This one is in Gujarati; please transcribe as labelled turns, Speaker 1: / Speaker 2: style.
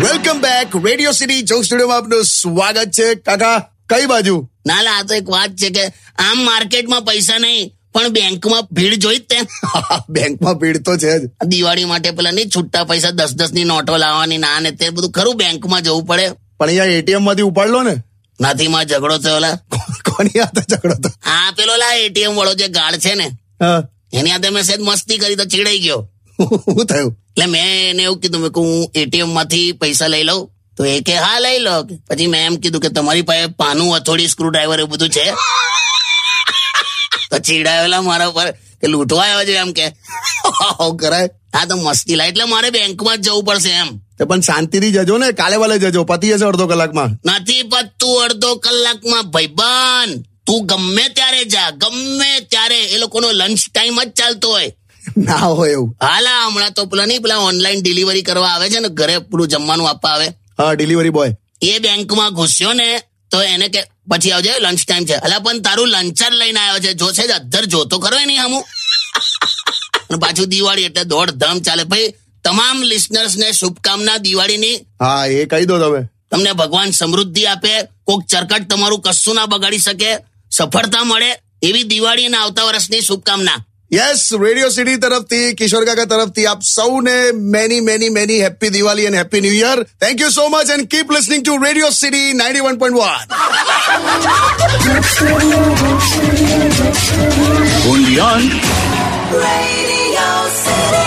Speaker 1: Welcome back Radio City joke સ્ટુડિયોમાં આપનું સ્વાગત છે કાકા કઈ બાજુ
Speaker 2: ના લા, આ તો એક વાત છે કે આમ માર્કેટમાં પૈસા નહીં પણ બેંકમાં ભીડ જોઈ જ તે
Speaker 1: બેંકમાં ભીડ તો છે જ
Speaker 2: દિવાળી માટે પેલા નહીં છૂટા પૈસા દસ દસ ની નોટો લાવવાની ના ને તે બધું ખરું બેંકમાં જવું પડે
Speaker 1: પણ અહીંયા એટીએમ માંથી ઉપાડલો ને
Speaker 2: નાથી માં ઝઘડો થયો લા
Speaker 1: કોની હાથે ઝઘડો તો
Speaker 2: આ પેલો લા એટીએમ વાળો જે ગાર્ડ છે ને
Speaker 1: હા
Speaker 2: એની હાથે મેં સેજ મસ્તી કરી તો ચીડાઈ ગયો
Speaker 1: શું થયું
Speaker 2: એટલે મેં એને એવું કીધું મેં કે હું એટીએમ માંથી પૈસા લઈ લઉં તો એ કે હા લઈ લો પછી મેં એમ કીધું કે તમારી પાસે પાનું હથોડી સ્ક્રૂડ્રાઈવર એવું બધું છે તો ચીડાયેલા મારા ઉપર કે લૂંટવા આવ્યો છે એમ કે
Speaker 1: આવું કરાય
Speaker 2: હા તો મસ્તી લા એટલે મારે બેંકમાં જ જવું પડશે એમ
Speaker 1: તે પણ શાંતિથી જજો ને કાલે વાલે જજો પતી જશે અડધો કલાકમાં
Speaker 2: નથી પતતું અડધો કલાકમાં ભાઈબાન તું ગમે ત્યારે જા ગમે ત્યારે એ લોકોનો લંચ ટાઈમ જ ચાલતો હોય
Speaker 1: ના હોય એવું
Speaker 2: હાલા હમણાં તો પેલા નહીં પેલા ઓનલાઈન ડિલિવરી કરવા આવે છે ને ઘરે પૂરું જમવાનું આપવા આવે
Speaker 1: હા ડિલિવરી બોય
Speaker 2: એ બેંકમાં ઘૂસ્યો ને તો એને કે પછી આવજે લંચ ટાઈમ છે અલા પણ તારું લંચર લઈને આવ્યો છે જોશે જ અધ્ધર જોતો ખરો એની હમું અને પાછું દિવાળી એટલે દોડધામ ચાલે ભાઈ તમામ listeners ને શુભકામના દિવાળીની
Speaker 1: હા એ કહી દો તમે
Speaker 2: તમને ભગવાન સમૃદ્ધિ આપે કોક ચરકટ તમારું કશું ના બગાડી શકે સફળતા મળે એવી દિવાળી અને આવતા વર્ષની શુભકામના
Speaker 1: યસ રેડિયો સિટી તરફથી કિશોર કાકા તરફથી આપ સૌને many many many happy Diwali and happy new year thank you so much and keep listening to Radio City ninety one point one
Speaker 3: Radio City.